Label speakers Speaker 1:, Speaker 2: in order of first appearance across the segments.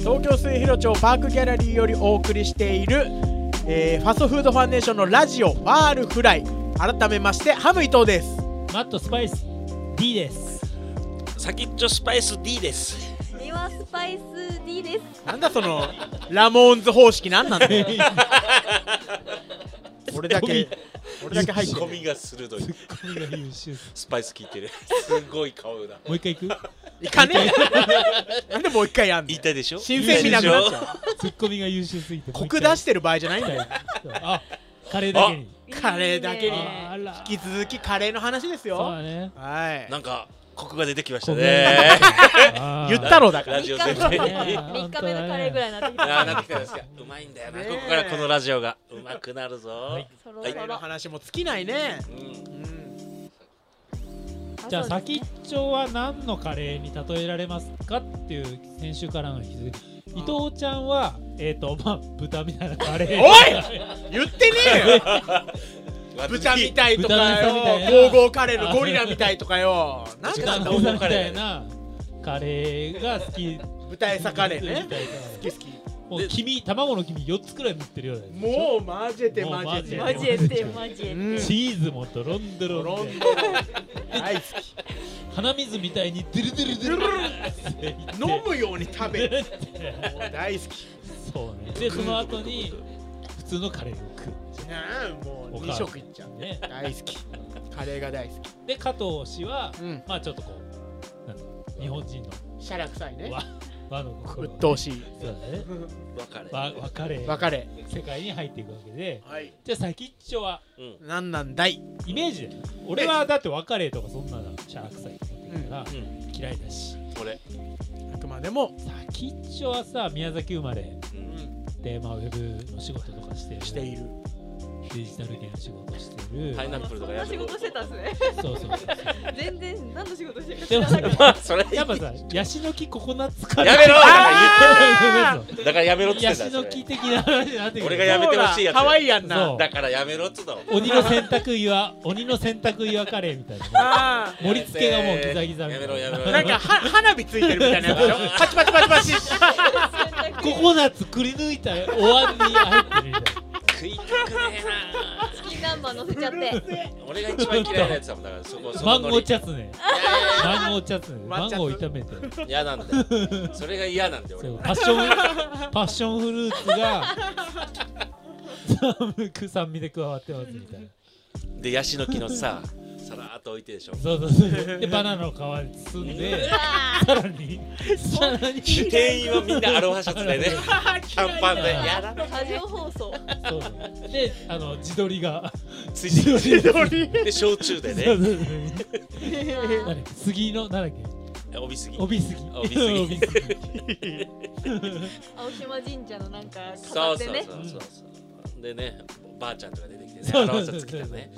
Speaker 1: 東京末広町パークギャラリーよりお送りしている、えーファストフードファンデーションのラジオファールフライ改めましてハム伊藤です
Speaker 2: マットスパイス D です
Speaker 3: 先っちょスパイス D です。
Speaker 4: リワスパイス D です。
Speaker 1: なんだその ラモーンズ方式なんなんだよ俺だけ俺だけ入って
Speaker 3: ツッコ
Speaker 1: る
Speaker 3: ミが鋭い。
Speaker 2: これが優秀です
Speaker 3: スパイス効い てる。すごい顔だ。
Speaker 2: もう一回行く
Speaker 1: いかね えなんでもう一回やんの
Speaker 3: 言いたいでしょ
Speaker 1: 新鮮味なくなっちゃう
Speaker 2: ツッコミが優秀すぎて
Speaker 1: コク出しててる場合じゃないんだよ
Speaker 2: あカレーだけに
Speaker 1: カレーだけに
Speaker 4: いい
Speaker 2: あ
Speaker 4: ね
Speaker 2: ら
Speaker 1: 引き続きカレーの話です
Speaker 2: そうだ
Speaker 1: よ
Speaker 2: ね
Speaker 1: はい
Speaker 3: なんか、コクが出てきましたね。
Speaker 1: 言った
Speaker 2: ろ
Speaker 1: ろだから
Speaker 3: ラジオ全体
Speaker 2: いや
Speaker 3: に。
Speaker 2: ー
Speaker 4: 三日目のカレーぐらいになってき
Speaker 3: ああ、な
Speaker 4: た。
Speaker 3: ってきたんですか。うまいんだよな。
Speaker 1: ね
Speaker 3: こ
Speaker 1: え
Speaker 3: こからこのラジオがうまくなるぞ。
Speaker 4: そろ
Speaker 3: は
Speaker 4: そ
Speaker 3: い
Speaker 1: カレーの
Speaker 4: ろ。
Speaker 1: 話も尽きないね
Speaker 3: う
Speaker 1: う
Speaker 3: ん
Speaker 1: ん
Speaker 2: じゃあ
Speaker 4: そうで
Speaker 2: 先っちょは何のカレーに例えられますかっていう先週からの引き続き伊藤ちゃんはえっとまあ豚みたいなカレー
Speaker 1: おい言ってねえよ豚み
Speaker 3: い。
Speaker 1: たいとか
Speaker 2: 豚みた
Speaker 1: よ
Speaker 2: いな
Speaker 1: ゴーゴーカレーのゴリラみたいとかよなんでな
Speaker 2: 豚
Speaker 1: ん
Speaker 2: の
Speaker 1: だ
Speaker 2: 豚みたいなカレーが好き
Speaker 1: 豚餌カレーね
Speaker 2: 好
Speaker 1: 好き好き
Speaker 2: もう黄身卵の黄身4つくらい塗ってるようなやつでしょ
Speaker 1: もうマジでマジで
Speaker 4: すマジエテマジエ
Speaker 1: うん
Speaker 4: テ。
Speaker 2: チーズもドロンド
Speaker 1: ドロ
Speaker 2: ロンで
Speaker 1: ンドロン大好き
Speaker 2: 鼻水みたいにドゥルドゥルドゥルドゥル
Speaker 1: 飲むように食べる
Speaker 2: って
Speaker 1: もう大好き
Speaker 2: そうねでその後に普通のカレーを食
Speaker 1: なあもう
Speaker 2: お
Speaker 1: 2
Speaker 2: 母さん
Speaker 1: 食いっちゃう
Speaker 2: うね
Speaker 1: 大好きカレーが大好き
Speaker 2: で加藤氏は
Speaker 1: うん
Speaker 2: まあちょっとこうなんだろう日本人
Speaker 1: シャラ臭い
Speaker 2: の
Speaker 1: ね
Speaker 2: 和和の心
Speaker 1: 鬱陶しい
Speaker 2: そうだね
Speaker 3: わかる。
Speaker 2: 和和カレ
Speaker 1: 別
Speaker 2: ー
Speaker 1: れ
Speaker 2: 世界に入っていくわけで
Speaker 1: はい
Speaker 2: じゃあ先っちょは
Speaker 3: うん。
Speaker 1: なんなんだい
Speaker 2: イメージだよ俺はだって和カレーとかそんなのシャラ臭いと思ってるから
Speaker 3: うん。
Speaker 2: 嫌いだし
Speaker 3: 俺。
Speaker 1: あくまでも
Speaker 2: 先っちょはさ宮崎生まれ
Speaker 1: うん
Speaker 2: で、まあ、ウェブの仕事とかしてる
Speaker 1: している
Speaker 2: デジタル系の仕事してる、
Speaker 3: パイナ
Speaker 4: あ
Speaker 3: ップルとか
Speaker 4: そん
Speaker 3: や
Speaker 4: な
Speaker 3: る
Speaker 4: 仕事してたんですね。
Speaker 2: そうそうそう
Speaker 4: 全然何の仕事してるか
Speaker 2: で
Speaker 4: 知
Speaker 2: も
Speaker 4: らな
Speaker 2: さ
Speaker 4: かった。
Speaker 3: まあ、 それ。
Speaker 2: や
Speaker 3: だ
Speaker 2: っ
Speaker 3: か
Speaker 2: ぱさヤシの木ココナッツカレー
Speaker 3: やめろ
Speaker 2: あー
Speaker 3: らやめろっつ って
Speaker 2: ヤ
Speaker 3: んだ
Speaker 2: シ
Speaker 3: よそ
Speaker 2: の
Speaker 3: れ
Speaker 2: 木的な話になってくる
Speaker 3: 俺がやめてほしいやつ
Speaker 1: そうだ可愛いやん
Speaker 2: そ
Speaker 1: な
Speaker 2: う
Speaker 3: だからやめろっつったの。
Speaker 2: 鬼の洗濯岩鬼の洗濯岩カレーみたい な
Speaker 1: あ
Speaker 2: 盛り付けがもうギザギザみ
Speaker 3: や
Speaker 2: た
Speaker 3: め
Speaker 2: い
Speaker 3: ろやめろ。
Speaker 1: ーなんかは花火ついてるみたいなやつでし ょパチパチパチパチ
Speaker 2: ココナッツくり抜いたお椀に入ってるみたいな
Speaker 3: 食いたくねえな。
Speaker 4: チキン南蛮乗せちゃって。
Speaker 3: 俺が一番嫌いなやつだもんだからそこそ
Speaker 2: マ
Speaker 3: の
Speaker 2: ン
Speaker 3: ノ
Speaker 2: ゴ
Speaker 3: リ
Speaker 2: ーチャツネマンゴーチャ ツネ
Speaker 1: マ
Speaker 2: マ
Speaker 1: ン
Speaker 2: ン
Speaker 1: チャツ
Speaker 2: ゴー炒めて
Speaker 3: 嫌なんだよそれが嫌なんだよ
Speaker 2: そ
Speaker 3: 俺
Speaker 2: う
Speaker 3: は
Speaker 2: パッション パッションフルーツが 寒く酸味で加わってますみたいな
Speaker 3: でヤシの木のささらーっと置いてでしょ
Speaker 2: そうそう そうでバナナの皮で包んでさらにさらに
Speaker 3: 店員はみんなアロハシャツ でね短パンでやだ
Speaker 4: 過剰放送。
Speaker 2: そうそうであの自撮りが
Speaker 3: つい てき
Speaker 2: 自撮
Speaker 3: てで焼酎で
Speaker 2: そうそう
Speaker 3: ね
Speaker 2: そうなんだっけ杉のなんだっけ
Speaker 3: 帯すぎ
Speaker 2: 帯杉
Speaker 3: 帯杉
Speaker 2: 帯杉
Speaker 4: 青島神社のなんか飾
Speaker 3: そうそう
Speaker 4: って
Speaker 3: そうそ
Speaker 4: ね。
Speaker 3: う そうでねばあちゃんとか出てきてね
Speaker 2: そ
Speaker 3: ア
Speaker 2: う
Speaker 3: ロ
Speaker 2: そうそう
Speaker 3: ハシャツ着て ね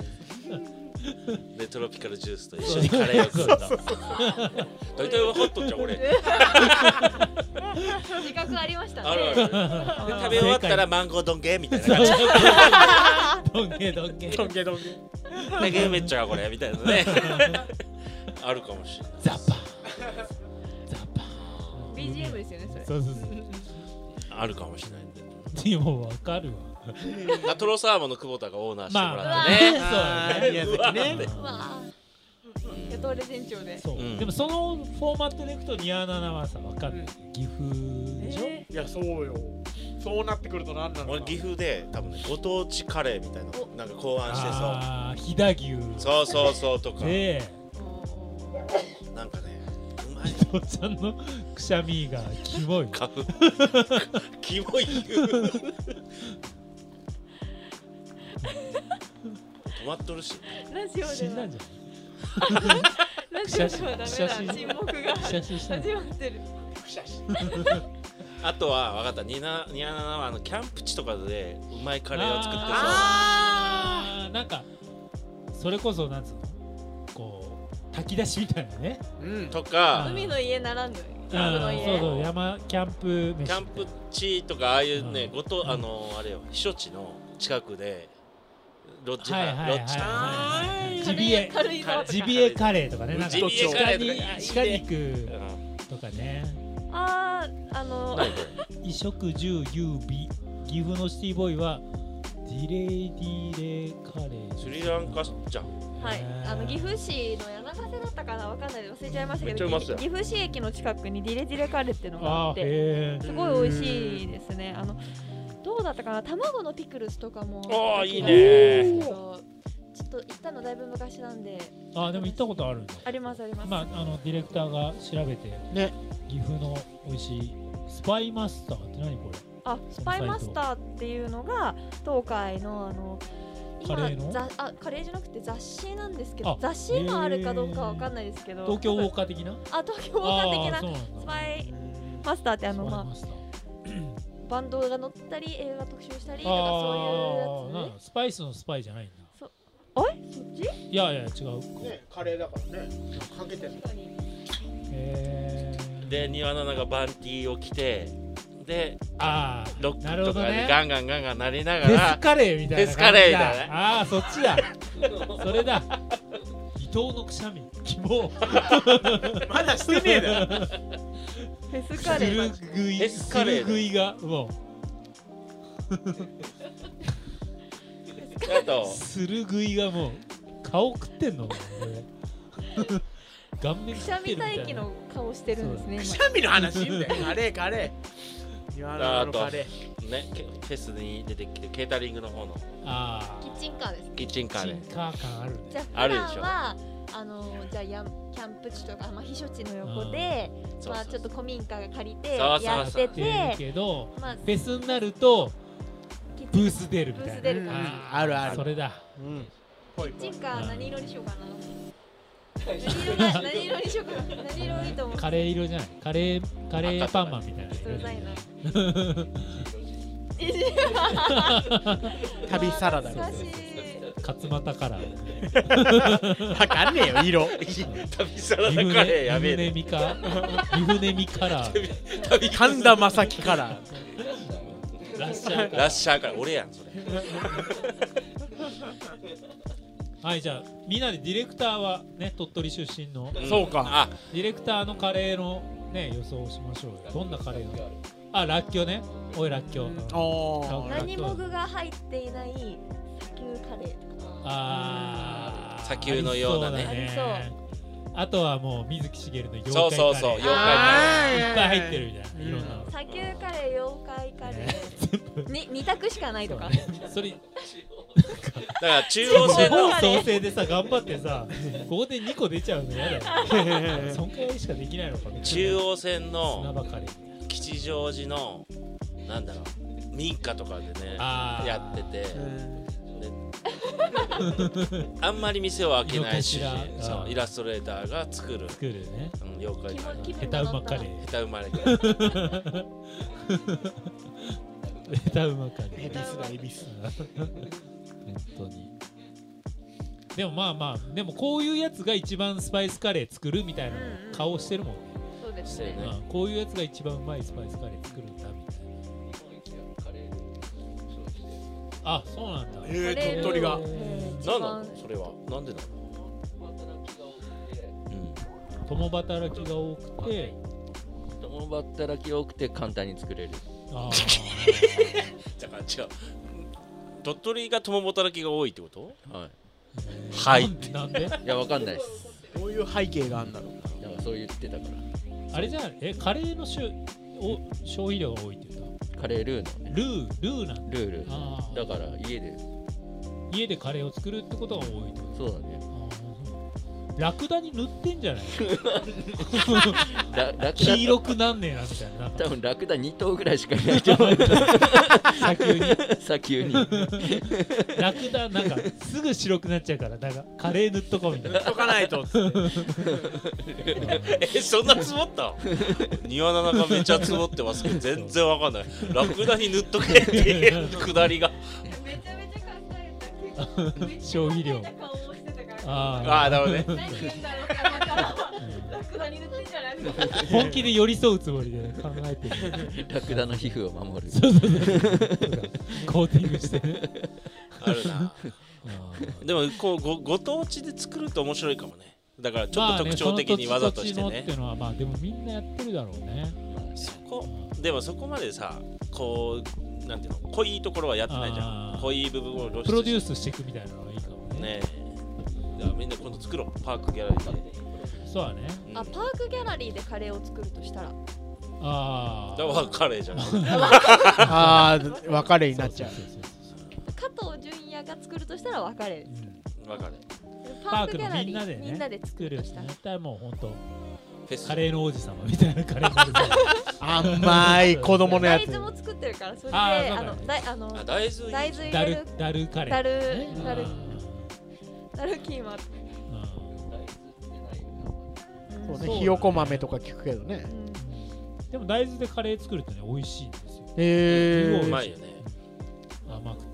Speaker 3: でトロピカルジュースと一緒にカレーを食った大体分かっとっちゃう俺
Speaker 4: 自覚ありました
Speaker 3: あるあ
Speaker 4: ね。
Speaker 3: るで食べ終わったらマンゴー丼ゲーみたいな感じ
Speaker 2: どんげどんげ
Speaker 1: どんげどんげ
Speaker 3: だけめっちゃうこれみたいなねあるかもしれない
Speaker 2: ザパーザパ
Speaker 4: BGM ですよねそれ
Speaker 2: ー。そうそうそう
Speaker 3: あるかもしれないんで
Speaker 2: でもわかるわ
Speaker 3: ナトロサーモンの久保田がオーナーしてもら
Speaker 2: ま
Speaker 3: っ
Speaker 2: あ
Speaker 3: てね、
Speaker 1: あー宮崎ね
Speaker 4: うわあ。やっと俺店長で。
Speaker 2: そう、
Speaker 3: うん
Speaker 2: でもそのフォーマットでいくとニアナナはさわかんない、岐阜でしょ、
Speaker 4: え
Speaker 1: いやそうよそうなってくると何なのか
Speaker 3: 俺岐阜で多分ねご当地カレーみたいなのなんか考案して
Speaker 2: ああ飛騨牛
Speaker 3: そうそうそうそうとか
Speaker 2: で
Speaker 4: ーもう
Speaker 3: なんかねうまい
Speaker 2: おっちゃんのくしゃみがキモい
Speaker 3: 花粉キモい言う止まっとるし
Speaker 4: ラジオ
Speaker 2: 死
Speaker 4: で
Speaker 2: ん
Speaker 4: は
Speaker 2: だんじゃ
Speaker 4: ラジオではダメだ
Speaker 2: 写真
Speaker 4: 沈黙が
Speaker 2: ない写真したの
Speaker 4: 始まってる
Speaker 1: くしゃし
Speaker 3: あとは分かった277はあのキャンプ地とかでうまいカレーを作ってそう
Speaker 2: あーあーなんかそれこそなんつうのこう炊き出しみたいなね
Speaker 1: うん
Speaker 3: とか
Speaker 4: 海の家ならぬキャンプの
Speaker 2: あー
Speaker 4: 家
Speaker 2: そうそう山キャンプ飯
Speaker 3: キャンプ地とかああいうね
Speaker 2: うん
Speaker 3: ごとあのあれよ避暑地の近くでロッジ
Speaker 2: はいはいはい
Speaker 3: ロッジ
Speaker 2: はジ
Speaker 4: 軽い
Speaker 2: ビエ
Speaker 4: 軽いぞ
Speaker 3: 軽い
Speaker 2: ジビエカレーとかねなんか
Speaker 3: ジビエカレーとかいやいいね
Speaker 2: 鹿に鹿
Speaker 3: う
Speaker 2: 肉
Speaker 3: ん
Speaker 2: とかね
Speaker 4: あーあの
Speaker 3: 何こ
Speaker 2: 衣食住優美岐阜のシティボーイはディレイディレイカレー
Speaker 3: れスリランカじゃん
Speaker 4: はい
Speaker 2: へー
Speaker 4: あの岐阜市の柳ヶ瀬だったかなわかんない忘れちゃいました
Speaker 3: め
Speaker 4: け
Speaker 3: っちゃ
Speaker 4: ど
Speaker 3: うまそうや
Speaker 4: 岐阜市駅の近くにディレディレカレーっていうのがあ
Speaker 2: あー
Speaker 4: って
Speaker 2: へ
Speaker 4: すごい美味しいですねあのどうだったかな卵のピクルスとかも
Speaker 3: あーいいね
Speaker 4: ちょっと行ったのだいぶ昔なんで
Speaker 2: ーあーでも行ったことあるんだ
Speaker 4: ありますあります、
Speaker 2: まあ、あのディレクターが調べて、
Speaker 1: ね
Speaker 2: 岐阜の美味しいスパイマスターって何これ
Speaker 4: あスパイマスターっていうのが東海のあの今
Speaker 2: カレーの
Speaker 4: ざあカレーじゃなくて雑誌なんですけ
Speaker 2: あ
Speaker 4: ど雑誌今あるかどうかわかんないですけど
Speaker 2: 東京ウォー
Speaker 4: カ
Speaker 2: カー的な
Speaker 4: あ東 京ウォーカー
Speaker 2: あー
Speaker 4: 的
Speaker 2: そうな
Speaker 4: な
Speaker 2: んだ
Speaker 4: スパイマスターってあ
Speaker 2: スパ
Speaker 4: の
Speaker 2: イ
Speaker 4: ま
Speaker 2: マスター
Speaker 4: あバンドが乗ったり映画特集したりとか
Speaker 2: あ
Speaker 4: そ
Speaker 2: ー
Speaker 4: ういう
Speaker 2: な
Speaker 4: や
Speaker 2: んだスパイスのスパイじゃないんだ
Speaker 4: つそっち
Speaker 2: いやいや違う
Speaker 1: ねカレーだからねかけてる
Speaker 2: へー
Speaker 3: で277がバンティーを着てで
Speaker 2: ああ
Speaker 3: ロッ
Speaker 2: な
Speaker 3: ク
Speaker 2: るほ
Speaker 3: と
Speaker 2: ど
Speaker 3: かで
Speaker 2: ね
Speaker 3: ガンガンガンガンなりなが
Speaker 2: デス
Speaker 3: ら
Speaker 2: カレーみたいな感じだ
Speaker 3: デスカレーだね
Speaker 2: ああそっ ちだそれだ伊藤のくしゃみ希望
Speaker 1: まだしてねえだろ
Speaker 4: フェスカレー
Speaker 2: 古
Speaker 4: な
Speaker 2: 食い
Speaker 3: デスカレーだ
Speaker 2: 古食いがもう
Speaker 3: あと
Speaker 2: する食いがもう顔食ってんの顔面
Speaker 4: くし
Speaker 2: 食
Speaker 4: ゃ
Speaker 2: って
Speaker 4: み
Speaker 2: るみたい
Speaker 4: 待
Speaker 2: な
Speaker 4: 機の顔してるんですね
Speaker 1: く
Speaker 4: 今
Speaker 1: しゃみの話いいんだよカレーカレー言わないのカレー
Speaker 3: ねけフェスに出てきてケータリングの方の
Speaker 2: あ
Speaker 4: キ
Speaker 2: あ
Speaker 4: ッチンカーです
Speaker 3: キッチンカー
Speaker 2: チ
Speaker 3: で
Speaker 2: ンカー感あるね
Speaker 4: じゃあ
Speaker 3: あ
Speaker 4: 普
Speaker 3: るでし
Speaker 4: 段
Speaker 3: ょ
Speaker 4: はあのじゃあやんキャンプ地とか、まあ、避暑地の横で、
Speaker 3: そう
Speaker 4: まあ、
Speaker 3: そ
Speaker 4: ちょ
Speaker 3: う
Speaker 4: っと古民家が借りて
Speaker 3: そ
Speaker 4: や
Speaker 3: うそうそう
Speaker 4: って
Speaker 2: 出る
Speaker 4: て
Speaker 2: けど
Speaker 4: まあ
Speaker 2: フェスになると
Speaker 4: キッ
Speaker 2: ブ
Speaker 4: チン
Speaker 2: ース出るみたい
Speaker 4: ブース
Speaker 2: な
Speaker 4: 出る感じ
Speaker 2: あー
Speaker 1: あるある
Speaker 2: それだ
Speaker 1: うん
Speaker 4: キッチンカー何色にしようかな何色が何色にしようかな何色いいと思う
Speaker 2: カレー色じゃないカレーカレーパンマンみたいな
Speaker 4: ちょっとうざいな
Speaker 1: 旅サラダ
Speaker 4: 懐かしい
Speaker 2: 勝俣カラー
Speaker 1: わかんねえよ色
Speaker 3: 旅サラ
Speaker 2: 湯
Speaker 3: ダ カレーやべえ
Speaker 2: 船
Speaker 3: ね
Speaker 2: ミカ湯船ミカラー
Speaker 1: 神田正輝から
Speaker 2: ラッシャーカ
Speaker 3: ラ
Speaker 2: ラ
Speaker 3: ッシャーから俺やんそれ
Speaker 2: ーはいじゃあみんなでディレクターはね鳥取出身の
Speaker 3: ん
Speaker 1: そうか
Speaker 3: あ
Speaker 2: ディレクターのカレーのね予想をしましょうよどんなカレーがあらっきょうねおいらっきょう
Speaker 1: お
Speaker 2: ー
Speaker 1: ー
Speaker 4: 何も具が入っていない砂丘カレーとか
Speaker 2: あー
Speaker 3: 砂丘のようなね
Speaker 2: ありそうだねあとはもう水木しげるの妖怪カ
Speaker 3: そ
Speaker 2: レー
Speaker 3: うそうそう
Speaker 2: い
Speaker 3: 妖
Speaker 2: っ
Speaker 3: 怪カ
Speaker 2: ぱい入ってるみたいな
Speaker 1: うん
Speaker 2: いろんなの
Speaker 4: 砂丘カレー妖怪カレーに二択しかないとか
Speaker 2: それ
Speaker 3: レーだから中
Speaker 2: 地
Speaker 3: 央
Speaker 2: 方
Speaker 3: 線の
Speaker 2: 創生でさ頑張ってさ ここで2個出ちゃうのやだ よそんくらいしかできないのかな
Speaker 3: 中央線
Speaker 2: 砂
Speaker 3: の
Speaker 2: 場カレーみたいな
Speaker 3: 吉祥寺のなんだろう民家とかでね
Speaker 2: あー
Speaker 3: やってて
Speaker 1: うん
Speaker 3: であんまり店を開けないし
Speaker 2: どこかしら
Speaker 3: そう
Speaker 2: うん
Speaker 3: イラストレーターが作る、
Speaker 2: 作るね
Speaker 3: うん、妖怪
Speaker 4: 気
Speaker 3: カレ
Speaker 4: 分
Speaker 3: ー
Speaker 4: 気
Speaker 2: ヘ
Speaker 4: 分
Speaker 2: タ
Speaker 4: が
Speaker 2: ウ
Speaker 4: 乗
Speaker 2: マ
Speaker 4: っ
Speaker 2: カ
Speaker 4: た
Speaker 2: レー
Speaker 3: 下手生まれから
Speaker 2: ヘタウマカレー
Speaker 1: 恵比寿だ恵比寿
Speaker 2: 本当にでもまあまあでもこういうやつが一番スパイスカレー作るみたいな
Speaker 4: うんうん
Speaker 2: 顔してるもんね、
Speaker 4: そうですね
Speaker 3: うん
Speaker 2: うんこういうやつが一番うまいスパイスカレー作るんだみたいなあそうなんだ
Speaker 1: えー鳥取が
Speaker 3: 何なのそれはなんでなの
Speaker 2: 共働きが多くて
Speaker 5: 共働き多くて簡単に作れる
Speaker 2: あ
Speaker 3: だから違う鳥取が共働きが多いってこと
Speaker 5: は
Speaker 2: ー
Speaker 3: はい
Speaker 2: なんで
Speaker 5: いいやわかんないです
Speaker 1: どういう背景があるんだろう
Speaker 5: だからそう言ってたから
Speaker 2: あれじゃないえカレーのしゅお消費量が多いって言う
Speaker 5: カレールーの
Speaker 2: たルールーなんだ
Speaker 5: ルール
Speaker 2: あー
Speaker 5: だから家で
Speaker 2: 家でカレーを作るってことが多いってこと
Speaker 5: そうだね
Speaker 2: あーラクダに塗ってんじゃない
Speaker 5: ララクダ
Speaker 2: 黄色くなんねえなみたいな
Speaker 5: 多分ラクダ2頭ぐらいしかいないと 思う
Speaker 2: 砂丘に
Speaker 5: 砂丘に
Speaker 2: ラクダなんかすぐ白くなっちゃうからなんかカレー塗っとこうみたいな
Speaker 1: とかないと
Speaker 3: えそんな積もった庭の中めっちゃ積もってますけど全然わかんないラクダに塗っとけっていうくだりが
Speaker 4: めちゃめちゃ考 えたけどめっちゃ
Speaker 2: 消
Speaker 4: 考えた
Speaker 2: 費量
Speaker 4: 顔をしてたから
Speaker 3: あ
Speaker 2: あ
Speaker 3: あなるほどね
Speaker 4: 何言うんだろうかだからラクダに塗ってんじゃないみたいな
Speaker 2: あ本気で寄り添うつもりで考えてる
Speaker 5: ラクダの皮膚を守る
Speaker 2: そうそうそうコーティング してね
Speaker 3: ある なでもこうごご当地で作ると面白いかもねだからちょっと特徴的にわざとして
Speaker 2: まあね
Speaker 3: ね
Speaker 2: その土地のってのはまあでもみんなやってるだろうね
Speaker 3: そこでもそこまでさこうなんていうの濃いところはやってないじゃ
Speaker 2: あ
Speaker 3: ん
Speaker 2: ー
Speaker 3: 濃い部分を露出
Speaker 2: プロデュー
Speaker 3: し
Speaker 2: スしていくみたいなのがいいかもね
Speaker 3: てねじゃあみんな今度作ろうパークギャラリーで、
Speaker 2: そうだね
Speaker 3: うん
Speaker 4: あパークギャラリーでカレーを作るとしたら
Speaker 2: ああ
Speaker 3: だからカレ ーじゃんあ
Speaker 1: あー別れになっちゃう
Speaker 2: そうそうそうそう
Speaker 4: 加藤純也が作るとしたら別れる
Speaker 2: うん
Speaker 3: 分かる
Speaker 4: パ
Speaker 2: パー
Speaker 4: ーク
Speaker 2: ク
Speaker 4: ギャ
Speaker 2: の
Speaker 4: ラ
Speaker 2: み
Speaker 4: リ
Speaker 2: んなで
Speaker 4: ー
Speaker 2: ね
Speaker 4: みんなで作
Speaker 2: 作
Speaker 4: る
Speaker 2: る
Speaker 4: と
Speaker 2: よ
Speaker 4: したら
Speaker 2: 絶対もう本当
Speaker 3: フェス
Speaker 2: カレーの王子様みたいなカレーになる ぞ
Speaker 1: 甘い子供のや
Speaker 4: 大
Speaker 1: つ
Speaker 4: 豆も作ってるからそれで
Speaker 2: あーそ
Speaker 4: あ
Speaker 2: うだね
Speaker 4: のだいあの
Speaker 3: あ大豆いい
Speaker 4: 大豆
Speaker 2: ダ
Speaker 4: 入れ
Speaker 2: ル
Speaker 4: る
Speaker 2: ダルカレー
Speaker 4: ダルダル
Speaker 2: あ
Speaker 4: ダルキーマ
Speaker 2: ーうん
Speaker 1: そう
Speaker 2: そう
Speaker 1: ね
Speaker 2: だね
Speaker 1: ひよこ豆とか聞くけどね
Speaker 4: うん
Speaker 2: でも大豆でカレー作るとね美味しいんですよ
Speaker 1: へ
Speaker 3: う
Speaker 1: ー
Speaker 3: まいよね
Speaker 2: 甘くて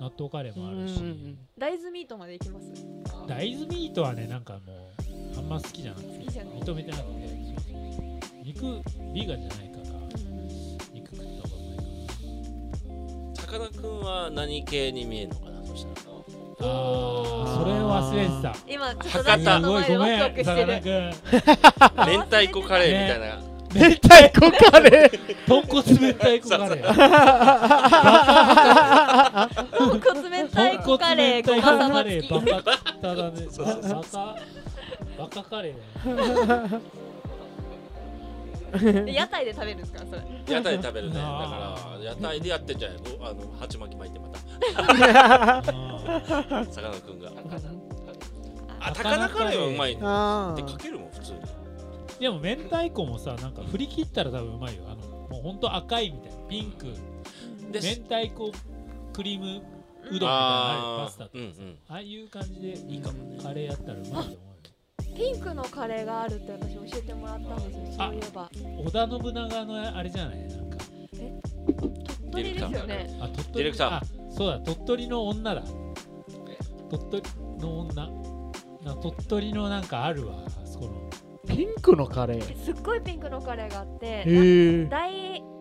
Speaker 2: 納豆カレーもある
Speaker 1: うんうんう
Speaker 2: し
Speaker 1: ん
Speaker 4: 大豆ミートまでいきます好
Speaker 2: 大豆ミートはねなんかもうあんま好きじゃなくて
Speaker 4: きじゃない
Speaker 2: 認めてなくて肉ビーガンじゃないから
Speaker 4: うん
Speaker 2: 肉食ったことないか
Speaker 3: さかなクンは何系に見えるのかなそしたら
Speaker 2: らあーそれ忘れて
Speaker 4: 今ちょっと
Speaker 3: 博
Speaker 4: ラ
Speaker 3: 多
Speaker 4: ジ
Speaker 2: た
Speaker 4: オ
Speaker 2: す
Speaker 4: の
Speaker 2: ごい
Speaker 4: 前で
Speaker 2: ご
Speaker 4: ワク
Speaker 2: め
Speaker 4: ワク
Speaker 2: ん
Speaker 4: し
Speaker 2: さ
Speaker 4: て
Speaker 2: かなクン
Speaker 4: る
Speaker 3: 明太子 カレーみたいな、
Speaker 1: 明太子カレー
Speaker 2: 豚骨明太子カレー
Speaker 4: 豚骨明太子カレーごまさば付き
Speaker 2: 豚骨明太子カレーバカただねバカバカカレーだね
Speaker 4: 屋台で食べるんですかそれ
Speaker 3: 屋台で食べるねだ
Speaker 2: あ
Speaker 3: か
Speaker 2: ー
Speaker 3: ら屋台でやってんじゃないのあの鉢巻き巻いてまた
Speaker 2: あー
Speaker 3: さかなクンが
Speaker 4: あ
Speaker 3: あ高菜カレーはうまいね
Speaker 1: あ
Speaker 3: で
Speaker 1: ー
Speaker 3: かけるもん普通に
Speaker 2: でも明太子もさなんか振り切ったら多分うまいよあのもうほんと赤いみたいなピンク
Speaker 3: で
Speaker 2: 明太子クリームうどんみたいなのあるパ
Speaker 3: あ
Speaker 2: スタ
Speaker 3: あ
Speaker 2: とか
Speaker 3: うんうん
Speaker 2: ああいう感じでい
Speaker 3: いかもね
Speaker 2: カレーやったらうまいと思
Speaker 4: ピンクのカレーがあるって私教えてもらったんですよそういえば
Speaker 2: うよ織田信長のあれじゃないなんか
Speaker 4: 鳥取ですよね
Speaker 2: あ鳥取
Speaker 3: ディレクター
Speaker 2: あそうだ鳥取の女だ鳥取の女な鳥取のなんかあるわあそこの
Speaker 1: ピンクのカレー
Speaker 4: すっごいピンクのカレーがあって
Speaker 1: へえ
Speaker 4: 大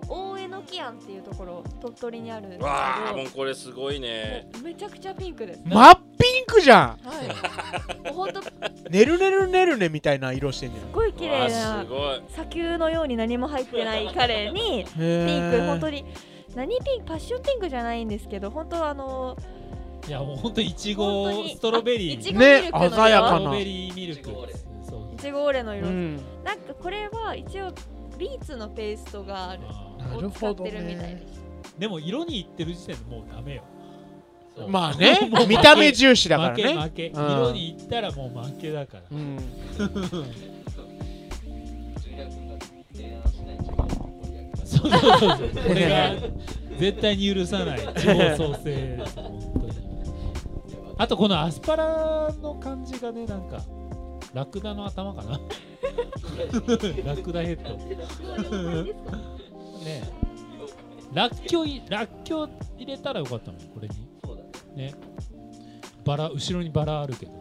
Speaker 4: 大江ノ木庵っていうところ鳥取にあるんですけど
Speaker 3: わあもうこれすごいね
Speaker 4: もうめちゃくちゃピンクです
Speaker 1: 真っピンクじゃん
Speaker 4: はいもうほんとすっ
Speaker 1: ねるねるねるねみたいな色してんじゃん
Speaker 4: ごい綺
Speaker 3: わ
Speaker 4: 麗
Speaker 3: あ
Speaker 4: な
Speaker 3: すごい
Speaker 4: 砂丘のように何も入ってないカレーにピン
Speaker 1: へ
Speaker 4: ク
Speaker 1: ー
Speaker 4: 本当に何ピンクパッションピンクじゃないんですけど本当あの
Speaker 2: いやもうほんといち
Speaker 4: 本当
Speaker 2: ご
Speaker 4: に
Speaker 2: ストロベリー
Speaker 4: い
Speaker 2: ス
Speaker 4: ち
Speaker 2: ト
Speaker 4: ごミルクの
Speaker 1: ね鮮やかな
Speaker 4: 色
Speaker 2: ロベリーミルクそう
Speaker 4: いちごオレの色、
Speaker 1: うん
Speaker 4: なんかこれは一応ビーツのペーストがある
Speaker 2: あー
Speaker 1: なる
Speaker 4: を使
Speaker 1: ほ
Speaker 4: っ
Speaker 1: ど
Speaker 4: てるみたい
Speaker 1: ね
Speaker 4: です、
Speaker 2: でも色にいってる時点でもうダメよ
Speaker 1: まあね 見た目重視だから
Speaker 2: 負け
Speaker 1: ね
Speaker 2: 負け、
Speaker 1: ん
Speaker 2: 色にいったらもう負けだから
Speaker 1: うん
Speaker 2: そうそうそうそう。これが絶対に許さない地方創生です本当に。あとこのアスパラの感じがねなんかラクダの頭かな。ラクダヘッド。ねえ。ラッキョいラッキョ入れたらよかったのにこれに。ね。バラ後ろにバラあるけど。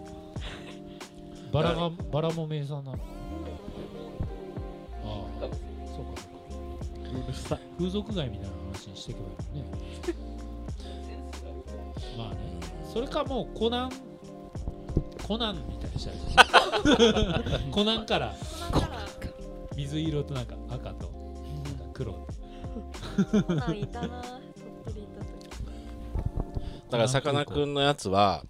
Speaker 2: バラがバラも名産なの。ああ。そうかそうか。風俗街みたいな話にしていけばいいもんね まあねそれかもうコナンコナンみたいにしたい コナンから水色となんか赤となんか黒
Speaker 4: コナンいたな鳥取いた時
Speaker 3: だからさかなクンのやつは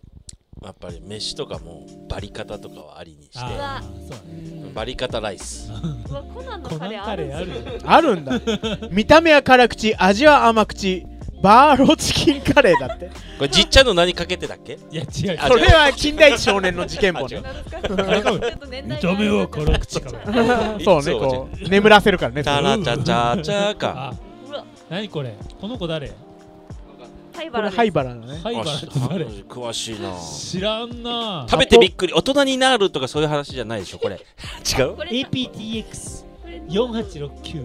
Speaker 3: やっぱり飯とかもバリカタとかはありにして
Speaker 2: ああそうだね
Speaker 3: バリカタライス
Speaker 4: うわコナンの
Speaker 2: コナ
Speaker 4: カ
Speaker 2: ン
Speaker 4: レー
Speaker 2: カ
Speaker 4: あるん
Speaker 2: レ
Speaker 4: で
Speaker 2: ー
Speaker 4: す
Speaker 2: あ
Speaker 4: よ
Speaker 2: るよ
Speaker 1: あるんだ見た目は辛口味は甘口バーロチキンカレーだって
Speaker 3: これじっちゃんの何かけてたっけ
Speaker 2: いや違う
Speaker 3: あ
Speaker 1: それは金田一少年の事件簿
Speaker 3: あ違
Speaker 1: ね
Speaker 3: う
Speaker 4: ちょっと年代が
Speaker 2: 口か
Speaker 1: そうねこう眠らせるからね
Speaker 3: チャラ
Speaker 1: そ
Speaker 3: チャチャチャか
Speaker 2: あ
Speaker 4: うわ
Speaker 2: 何これこの子誰
Speaker 4: 灰
Speaker 1: のこ
Speaker 4: 原
Speaker 1: れ
Speaker 4: です
Speaker 1: ハイバラのね
Speaker 2: ハイバラって誰
Speaker 3: 詳しいな
Speaker 2: 知らんな
Speaker 3: 食べてびっくり大人になるとかそういう話じゃないでしょこれ 違う
Speaker 4: これ
Speaker 2: APTX
Speaker 4: これ
Speaker 2: 四八六九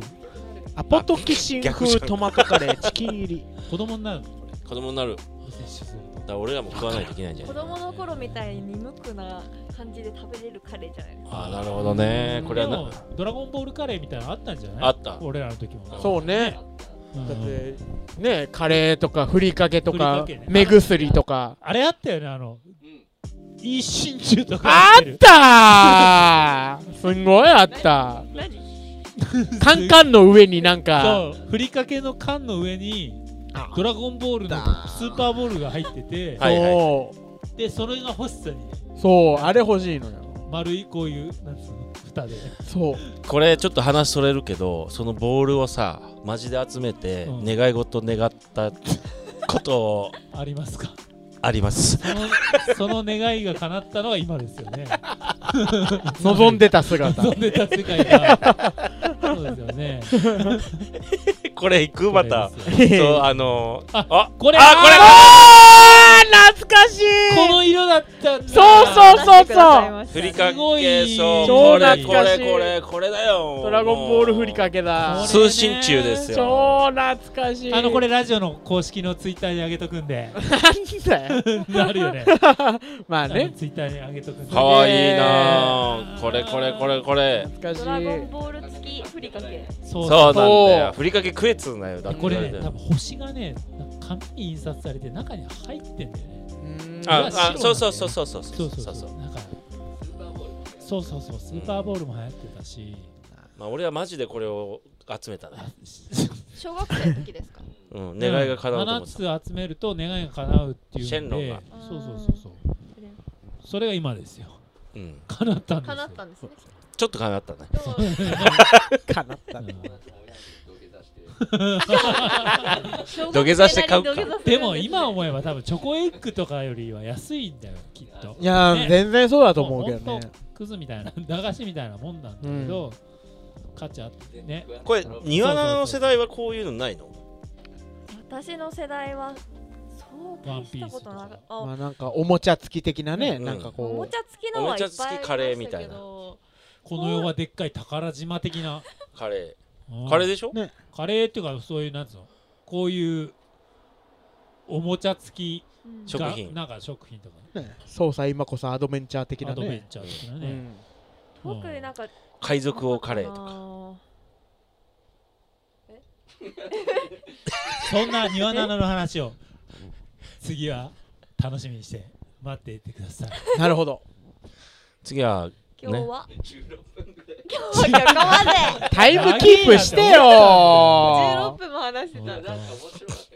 Speaker 1: アポトキシン風トマトカレーチキン入り
Speaker 2: 子供になるの
Speaker 3: 子供になるだ
Speaker 2: これ摂取すると
Speaker 3: から俺らも食わないといけないんじゃな
Speaker 4: 子
Speaker 3: い
Speaker 4: 供の頃みたいに無垢な感じで食べれるカレーじゃないですか
Speaker 3: あーなるほどねこれ
Speaker 2: で
Speaker 3: はな
Speaker 2: もドラゴンボールカレーみたいなのあったんじゃない
Speaker 3: あった
Speaker 2: 俺らの時も
Speaker 1: そうね
Speaker 2: うん
Speaker 1: だってねカレーとかふりかけとか
Speaker 2: ふりかけね
Speaker 1: 目薬とか
Speaker 2: あれあったよねあのいい真珠とか
Speaker 1: あ
Speaker 2: 売て
Speaker 1: っ
Speaker 2: る
Speaker 1: たーすんごいあった
Speaker 4: 何
Speaker 1: カンカンの上になんか
Speaker 2: そうふりかけの缶の上に
Speaker 1: あ
Speaker 2: ドラゴンボールのスーパーボールが入ってて
Speaker 3: はいはい
Speaker 1: そう
Speaker 2: でそれが欲しさに
Speaker 1: そうあれ欲しいのよ
Speaker 2: 丸いこういうなんつうの蓋で
Speaker 1: そう
Speaker 3: これちょっと話それるけどそのボールをさマジで集めて
Speaker 2: うん
Speaker 3: 願い事願ったこと
Speaker 2: ありますか
Speaker 3: あります
Speaker 2: その その願いが叶ったのは今ですよね
Speaker 1: 望んでた姿
Speaker 2: 望んでた世界がそうですよね
Speaker 3: これ行くまた
Speaker 2: これですよ
Speaker 3: そうあのー、
Speaker 2: あ
Speaker 3: あ
Speaker 2: これ
Speaker 3: あこれ
Speaker 1: あー懐かしい
Speaker 2: この色だったんだ
Speaker 1: そうそうそうそう
Speaker 3: ふり
Speaker 4: か
Speaker 3: か
Speaker 2: すご
Speaker 3: け
Speaker 2: い
Speaker 3: そう
Speaker 1: 超
Speaker 3: これこ
Speaker 1: 懐かし
Speaker 3: れ
Speaker 1: い
Speaker 3: これこれだよ
Speaker 1: ドラゴンボールふりかけ
Speaker 2: これ
Speaker 1: だ
Speaker 2: ね
Speaker 3: 通信中ですよ
Speaker 1: 超懐かしい
Speaker 2: あのこれラジオの公式のツイッターに上げとくん で
Speaker 1: なんだよ
Speaker 2: あるよね
Speaker 1: まあ
Speaker 2: あの
Speaker 1: ね
Speaker 2: ツイッターに上げとくんで
Speaker 3: かわいいなあこれこれこれこれ
Speaker 1: 懐かし
Speaker 4: ドラゴン
Speaker 1: い
Speaker 4: ボール付きふりかけ
Speaker 2: そ
Speaker 3: そう
Speaker 2: う
Speaker 3: なんだ
Speaker 1: そう
Speaker 3: よふりかけ食えっつうんだよだって
Speaker 2: これね多分星がねなんか紙に印刷されて中に入ってんだよね白な
Speaker 3: あ
Speaker 2: んだよ
Speaker 3: あ
Speaker 2: ね
Speaker 3: そうそうそうそうそ
Speaker 2: そ
Speaker 3: うそうう
Speaker 2: そうそうなんかそうそうそうスーパーボールも流行ってたし、
Speaker 3: まあ俺はマジでこれを集めたね
Speaker 4: 小学生の時ですか
Speaker 3: うん願いが叶うと思ってた
Speaker 2: 7つ集めると願いが叶うっていう
Speaker 3: シェン
Speaker 2: の
Speaker 3: ロ
Speaker 2: で
Speaker 3: ンが
Speaker 2: そうそうそうそうそれが今ですよ
Speaker 3: うん
Speaker 2: 叶ったんですよ
Speaker 4: 叶ったんですね
Speaker 3: ちょっと叶ったね
Speaker 4: でも
Speaker 1: かなったね
Speaker 4: 小学生なりに
Speaker 3: 土下座して買うか
Speaker 4: 土下座するんす
Speaker 2: で
Speaker 4: ね
Speaker 2: も今思えば多分チョコエッグとかよりは安いんだよきっと
Speaker 1: いやー
Speaker 2: ね
Speaker 1: 全然そうだと思うけどね
Speaker 2: もほんとクズみたいな 駄菓子みたいなもんなんだけど、価値あってね
Speaker 3: これニワナの世代はこういうのないの
Speaker 4: 私の世代はそう
Speaker 2: ワン
Speaker 4: 大し
Speaker 2: ピ
Speaker 4: た
Speaker 2: ース
Speaker 4: こと
Speaker 2: か
Speaker 4: となかった
Speaker 1: まあなんかおもちゃ付き的なね
Speaker 3: うん
Speaker 1: なんか
Speaker 4: おも
Speaker 1: こ
Speaker 4: ちゃ付きのはいっぱい
Speaker 3: おもちゃ付きカレーみたいな
Speaker 2: この世はでっかい宝島的な、
Speaker 3: カレ
Speaker 2: うん
Speaker 3: ー カレーでしょ
Speaker 1: ね
Speaker 2: カレーっていうかそういうなんつうのこういうおもちゃ付き
Speaker 4: うん
Speaker 3: 食
Speaker 2: が
Speaker 3: 品
Speaker 2: なんか食品とかね
Speaker 1: うね操作今こそアドベンチャー的な
Speaker 2: アドベン
Speaker 1: ね
Speaker 2: チャー的な
Speaker 1: う
Speaker 2: ね、
Speaker 1: ん
Speaker 4: 特になんか
Speaker 3: 海賊王カレーとか
Speaker 4: か
Speaker 2: そんなニワナナの話を次は楽しみにして待っていてください
Speaker 1: なるほ ど
Speaker 3: 次は
Speaker 4: 今日は今日は今日まで
Speaker 1: タイムキープしてよ
Speaker 4: 16分も話してた
Speaker 2: 本当